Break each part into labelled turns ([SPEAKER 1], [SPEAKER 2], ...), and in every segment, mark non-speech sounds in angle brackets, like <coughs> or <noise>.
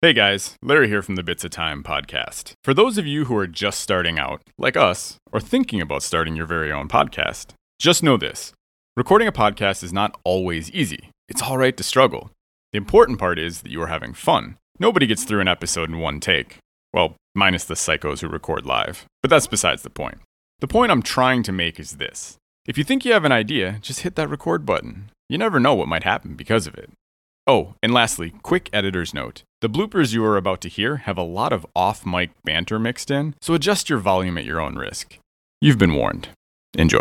[SPEAKER 1] Hey guys, Larry here from the Bits of Time podcast. For those of you who are just starting out, like us, or thinking about starting your very own podcast, just know this recording a podcast is not always easy. It's all right to struggle. The important part is that you are having fun. Nobody gets through an episode in one take. Well, minus the psychos who record live, but that's besides the point. The point I'm trying to make is this if you think you have an idea, just hit that record button. You never know what might happen because of it. Oh, and lastly, quick editor's note. The bloopers you are about to hear have a lot of off mic banter mixed in, so adjust your volume at your own risk. You've been warned. Enjoy.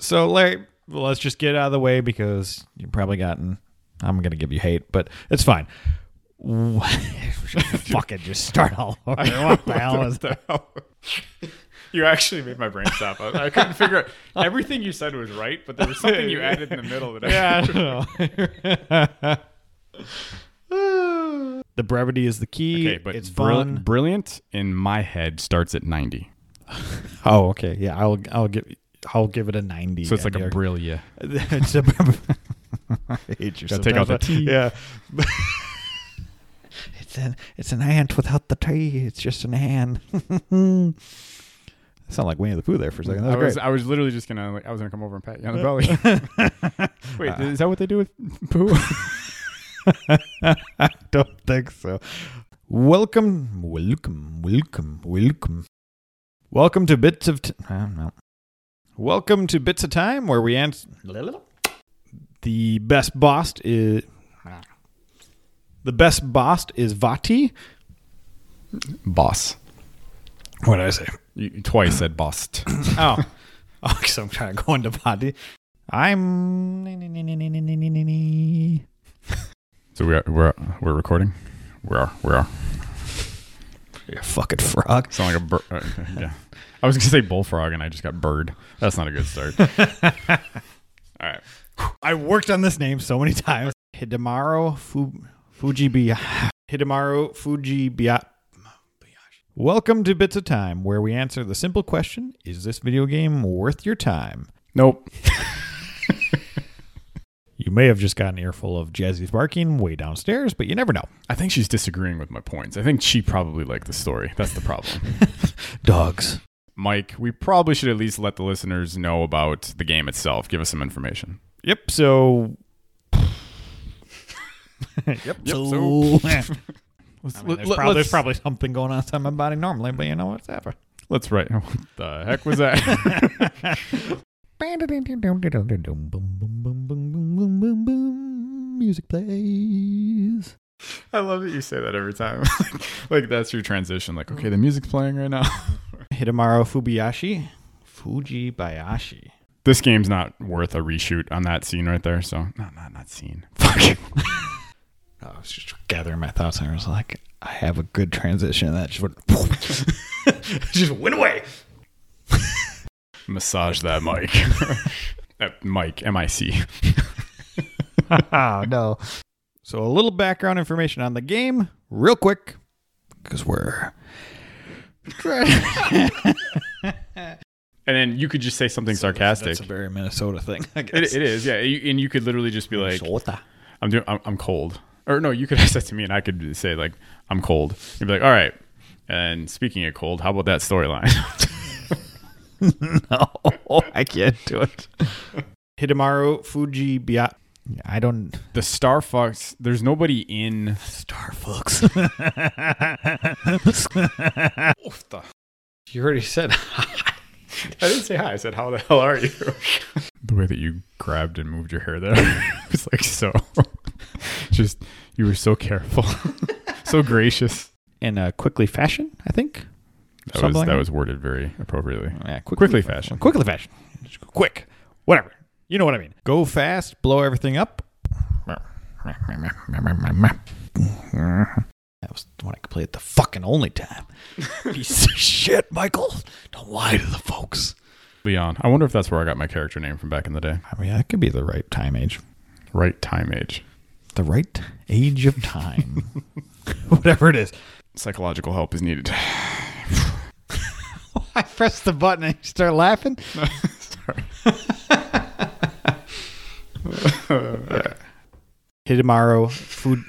[SPEAKER 2] So, Larry, well, let's just get out of the way because you've probably gotten. I'm going to give you hate, but it's fine. <laughs> Wha- Fucking just start all over. <laughs>
[SPEAKER 1] <laughs>
[SPEAKER 2] What the hell is that?
[SPEAKER 1] You actually made my brain stop. I, I couldn't figure
[SPEAKER 2] <laughs>
[SPEAKER 1] out. Everything you said was right, but there was something you added in the middle that I.
[SPEAKER 2] <laughs> Yeah, I don't know. <laughs> the brevity is the <laughs> key.
[SPEAKER 1] Okay, but
[SPEAKER 2] it's
[SPEAKER 1] brill-
[SPEAKER 2] fun.
[SPEAKER 1] brilliant in my head starts at 90.
[SPEAKER 2] oh, okay. Yeah, I'll I'll give I'll give it a ninety.
[SPEAKER 1] So it's like
[SPEAKER 2] Andy.
[SPEAKER 1] a brilliant. <laughs>
[SPEAKER 2] It's a- I hate you.
[SPEAKER 1] Gotta take out the
[SPEAKER 2] sometimes.
[SPEAKER 1] T.
[SPEAKER 2] Yeah. <laughs> it's an it's an ant without the T. It's just an ant. <laughs> Sound like Winnie the Pooh there for a second.
[SPEAKER 1] I
[SPEAKER 2] That
[SPEAKER 1] was,
[SPEAKER 2] was,
[SPEAKER 1] I was literally just gonna like I was gonna come over and pat
[SPEAKER 2] <laughs>
[SPEAKER 1] you on the <laughs> belly. Wait, is that what they do with <laughs> poo?
[SPEAKER 2] great. I <laughs> don't think so. Welcome, welcome, welcome, welcome, welcome to bits of. T- I don't know. Welcome to bits of time where we answer the best boss is the best boss is Vati.
[SPEAKER 1] Boss.
[SPEAKER 2] What did I say?
[SPEAKER 1] You twice said bossed.
[SPEAKER 2] Oh, <laughs> oh, 'cause I'm trying to go into body. I'm.
[SPEAKER 1] So we are we're we're recording. We are we are.
[SPEAKER 2] You're a fucking frog.
[SPEAKER 1] Sound like a bird. yeah. I was gonna say bullfrog, and I just got bird. That's not a good start. <laughs> All right.
[SPEAKER 2] I worked on this name so many times. Hidemaru Fu- Fujibiya. Hidemaru Fujibiya. Welcome to Bits of Time, where we answer the simple question Is this video game worth your time?
[SPEAKER 1] Nope.
[SPEAKER 2] You may have just got an earful of Jazzy's barking way downstairs, but you never know.
[SPEAKER 1] I think she's disagreeing with my points. I think she probably liked the story. That's the problem.
[SPEAKER 2] Dogs.
[SPEAKER 1] Mike, we probably should at least let the listeners know about the game itself. Give us some information.
[SPEAKER 2] Yep. So. <laughs> yep.
[SPEAKER 1] <laughs> so-
[SPEAKER 2] <laughs> I mean, there's, probably, there's probably something going on inside my body normally, but you know what's ever.
[SPEAKER 1] Let's write. <laughs> What the heck was
[SPEAKER 2] <laughs>
[SPEAKER 1] that? <laughs>
[SPEAKER 2] Music plays.
[SPEAKER 1] I love that you say that every time. <laughs> like that's your transition. Like, okay, the music's playing right now.
[SPEAKER 2] Hidemaru Fubiyashi. Fujibayashi.
[SPEAKER 1] this game's not worth a reshoot on that scene right there. So not not not scene. <laughs> Fuck.
[SPEAKER 2] I was just gathering my thoughts and I was like, I have a good transition. and That just went, just went <laughs> away.
[SPEAKER 1] Massage that mic. <laughs> Uh, Mike, M I C.
[SPEAKER 2] oh, no. So, a little background information on the game, real quick, because we're.
[SPEAKER 1] And then you could just say something sarcastic.
[SPEAKER 2] That's a very Minnesota thing. I guess.
[SPEAKER 1] It, it is, yeah. You, and you could literally just be like,
[SPEAKER 2] Minnesota. <laughs>
[SPEAKER 1] "I'm doing, I'm, I'm cold," or no, you could <laughs> ask that to me, and I could say like, "I'm cold." You'd be like, "All right." And speaking of cold, how about that storyline? <laughs>
[SPEAKER 2] no, I can't do it. Hidemaru Fuji Bia. I don't.
[SPEAKER 1] the Star Fox. There's nobody in.
[SPEAKER 2] Star Fox. <laughs> you already said. <laughs>
[SPEAKER 1] I didn't say hi. I said, "How the hell are you?" <laughs> the way that you grabbed and moved your hair there <laughs> was like so. <laughs> Just you were so careful, <laughs> so gracious.
[SPEAKER 2] In a quickly fashion, I think.
[SPEAKER 1] That
[SPEAKER 2] Something
[SPEAKER 1] was
[SPEAKER 2] like
[SPEAKER 1] that
[SPEAKER 2] that.
[SPEAKER 1] was worded very appropriately.
[SPEAKER 2] Yeah,
[SPEAKER 1] Quickly fashion.
[SPEAKER 2] Quickly fashion. Just go quick. Whatever. You know what I mean. Go fast, blow everything up. That was the one I could play at the fucking only time. Piece of shit, Michael. Don't lie to the folks.
[SPEAKER 1] Leon. I wonder if that's where I got my character name from back in the day.
[SPEAKER 2] I mean, that could be the right time age.
[SPEAKER 1] Right time age.
[SPEAKER 2] The right age of time. Whatever it is.
[SPEAKER 1] Psychological help is needed. <laughs>
[SPEAKER 2] <laughs> I press the button and you start <laughs> laughing. <laughs>
[SPEAKER 1] Sorry.
[SPEAKER 2] Hidemaru Food.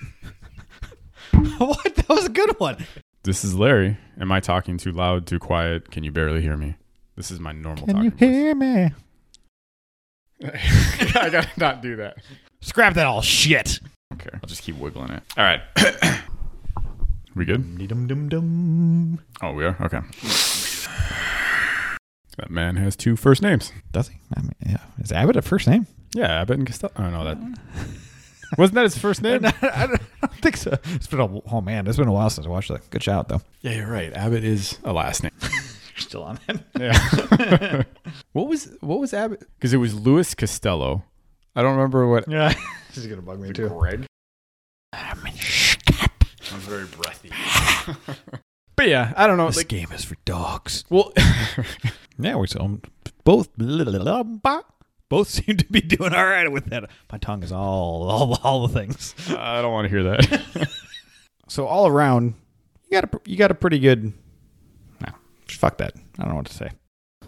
[SPEAKER 2] <laughs> what? That was a good one.
[SPEAKER 1] This is Larry. Am I talking too loud, too quiet? Can you barely hear me? This is my normal
[SPEAKER 2] Can
[SPEAKER 1] talking
[SPEAKER 2] you hear me?
[SPEAKER 1] voice. <laughs> I gotta not do that.
[SPEAKER 2] Scrap that all shit.
[SPEAKER 1] Okay, I'll just keep wiggling it. All right. <coughs> we good?
[SPEAKER 2] Dum dum dum.
[SPEAKER 1] Oh, we are? Okay. That man has two first names.
[SPEAKER 2] Does he? I mean, yeah. Is Abbott a first name?
[SPEAKER 1] Yeah, Abbott and Costello. Oh, no, <laughs> that. Wasn't that his first
[SPEAKER 2] I
[SPEAKER 1] name?
[SPEAKER 2] don't <laughs> I don't think so. It's been a oh man, it's been a while since I watched that. Good shout though.
[SPEAKER 1] <laughs> Yeah, you're right. Abbott is a last name.
[SPEAKER 2] You're still on it.
[SPEAKER 1] Yeah. <laughs> what was what was Abbott? Because it was Louis Costello. I don't remember what.
[SPEAKER 2] Yeah. <laughs> this is gonna bug me too.
[SPEAKER 1] Greg.
[SPEAKER 2] I'm in
[SPEAKER 1] I'm very breathy. <laughs> but yeah, I don't know.
[SPEAKER 2] This
[SPEAKER 1] Like,
[SPEAKER 2] game is for dogs.
[SPEAKER 1] well, <laughs>
[SPEAKER 2] Yeah, we saw both. Both <laughs> seem to be doing all right with that. My tongue is all all, all the things.
[SPEAKER 1] I don't want to hear that. <laughs>
[SPEAKER 2] So all around, you got a you got a pretty good. No, fuck that. I don't know what to say.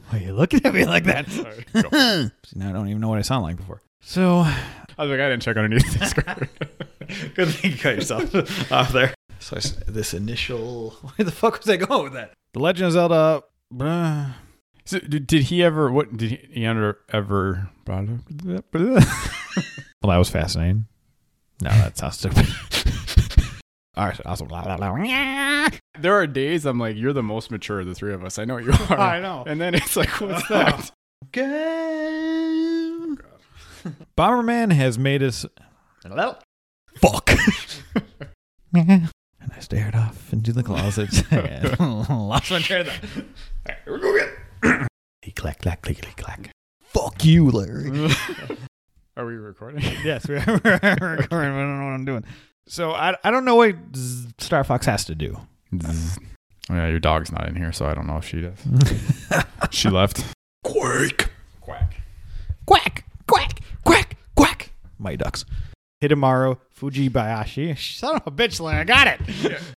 [SPEAKER 2] Why are you looking at me like <laughs> that?
[SPEAKER 1] Sorry. Go.
[SPEAKER 2] See, now I don't even know what I sound like before. So
[SPEAKER 1] I was like, I didn't check <laughs> underneath this. card.
[SPEAKER 2] <laughs> Good thing you cut yourself <laughs> off there. So I s this initial. <laughs> Where the fuck was I going with that? The Legend of Zelda. bruh.
[SPEAKER 1] so, did, did he ever? What did he, he ever ever?
[SPEAKER 2] <laughs>
[SPEAKER 1] Well,
[SPEAKER 2] Well, that was fascinating. No, that's how stupid. <laughs> All right, so awesome. La, la, la.
[SPEAKER 1] There are days I'm like, you're the most mature of the three of us. I know you are.
[SPEAKER 2] <laughs> <laughs> I know.
[SPEAKER 1] And then it's like,
[SPEAKER 2] <laughs>
[SPEAKER 1] what's that?
[SPEAKER 2] Good. Bomberman has made us. Hello. <laughs> Fuck. and I stared off into the <laughs> closet. and Lost my train of thought. Alright, here we go again. Click, clack, clack, clickety, clack. Fuck you, Larry.
[SPEAKER 1] <laughs> are we recording?
[SPEAKER 2] Mm, yes, <laughs> we're recording. I don't know what I'm doing. So I, I don't know what Z- Star Fox has to do.
[SPEAKER 1] Zzz. Oh, <laughs> yeah, your dog's not in here, so I don't know if she does. she left.
[SPEAKER 2] <laughs>
[SPEAKER 1] Quake. Quack.
[SPEAKER 2] quack, quack, quack, quack. <laughs> My ducks. Hidemaru Fujibayashi. Son of a bitch, Larry. I got it.